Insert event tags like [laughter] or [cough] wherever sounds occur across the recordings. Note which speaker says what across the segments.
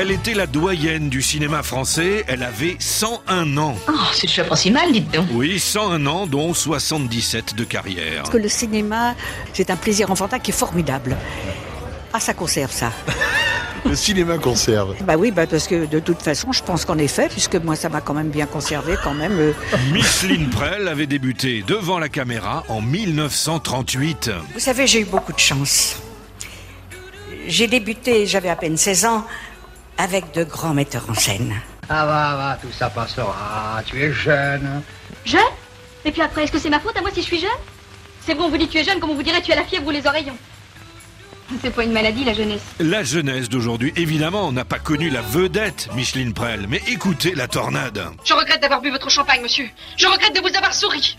Speaker 1: Elle était la doyenne du cinéma français, elle avait 101 ans.
Speaker 2: Oh, c'est déjà pas si mal, dites donc.
Speaker 1: Oui, 101 ans, dont 77
Speaker 2: [laughs]
Speaker 1: de carrière.
Speaker 3: Parce que le cinéma, c'est un plaisir enfantin qui est formidable. Ah, ça conserve ça.
Speaker 4: Le cinéma conserve.
Speaker 3: Bah oui, bah parce que de toute façon, je pense qu'en effet, puisque moi, ça m'a quand même bien conservé, quand même. euh,
Speaker 1: Miss Lynn Prell avait débuté devant la caméra en 1938.
Speaker 5: Vous savez, j'ai eu beaucoup de chance. J'ai débuté, j'avais à peine 16 ans, avec de grands metteurs en scène.
Speaker 6: Ah va, va, tout ça passera, tu es jeune. hein.
Speaker 7: Jeune Et puis après, est-ce que c'est ma faute à moi si je suis jeune C'est bon, on vous dit tu es jeune, comme on vous dirait tu as la fièvre ou les oreillons. C'est pas une maladie, la jeunesse.
Speaker 1: La jeunesse d'aujourd'hui, évidemment, n'a pas connu la vedette Micheline Prel, mais écoutez la tornade.
Speaker 8: Je regrette d'avoir bu votre champagne, monsieur. Je regrette de vous avoir souri.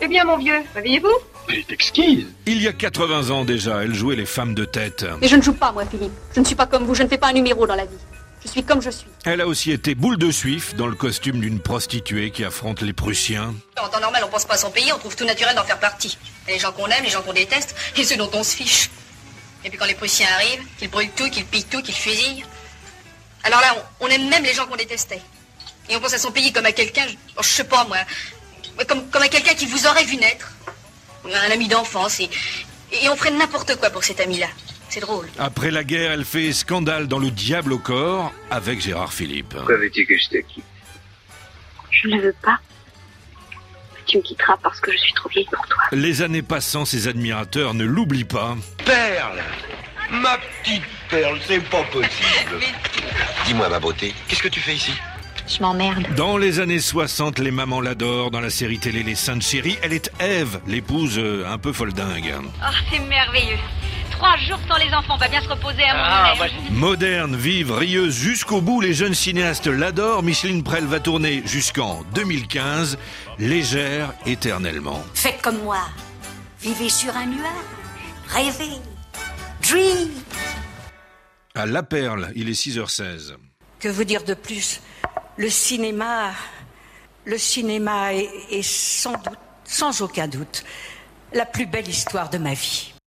Speaker 8: Eh bien, mon vieux, réveillez-vous.
Speaker 6: Elle est exquise.
Speaker 1: Il y a 80 ans déjà, elle jouait les femmes de tête.
Speaker 7: Mais je ne joue pas, moi, Philippe. Je ne suis pas comme vous, je ne fais pas un numéro dans la vie. Je suis comme je suis.
Speaker 1: Elle a aussi été boule de suif dans le costume d'une prostituée qui affronte les Prussiens.
Speaker 8: En temps normal, on pense pas à son pays, on trouve tout naturel d'en faire partie. Il y a les gens qu'on aime, les gens qu'on déteste, et ceux dont on se fiche. Et puis quand les Prussiens arrivent, qu'ils brûlent tout, qu'ils pillent tout, qu'ils fusillent. Alors là, on, on aime même les gens qu'on détestait. Et on pense à son pays comme à quelqu'un, je, je sais pas moi, comme, comme à quelqu'un qui vous aurait vu naître. Un ami d'enfance, et, et on ferait n'importe quoi pour cet ami-là. C'est drôle.
Speaker 1: Après la guerre, elle fait scandale dans Le Diable au corps avec Gérard Philippe.
Speaker 6: Qu'avais-tu que je te quitte
Speaker 9: Je ne veux pas. Tu me quitteras parce que je suis trop vieille pour toi.
Speaker 1: Les années passant, ses admirateurs ne l'oublient pas.
Speaker 10: Perle Ma petite perle, c'est pas possible. Dis-moi, ma beauté, qu'est-ce que tu fais ici
Speaker 9: Je m'emmerde.
Speaker 1: Dans les années 60, les mamans l'adorent. Dans la série télé Les Saintes Chéries, elle est Ève, l'épouse euh, un peu foldingue.
Speaker 7: Oh, c'est merveilleux. Trois jours sans les enfants, on va bien se reposer à mon
Speaker 1: Moderne, vive, rieuse jusqu'au bout, les jeunes cinéastes l'adorent. Micheline Prel va tourner jusqu'en 2015, légère éternellement.
Speaker 5: Faites comme moi. Vivez sur un nuage. Rêvez. Dream.
Speaker 1: À La Perle, il est 6h16.
Speaker 5: Que vous dire de plus Le cinéma, le cinéma est, est sans doute, sans aucun doute, la plus belle histoire de ma vie.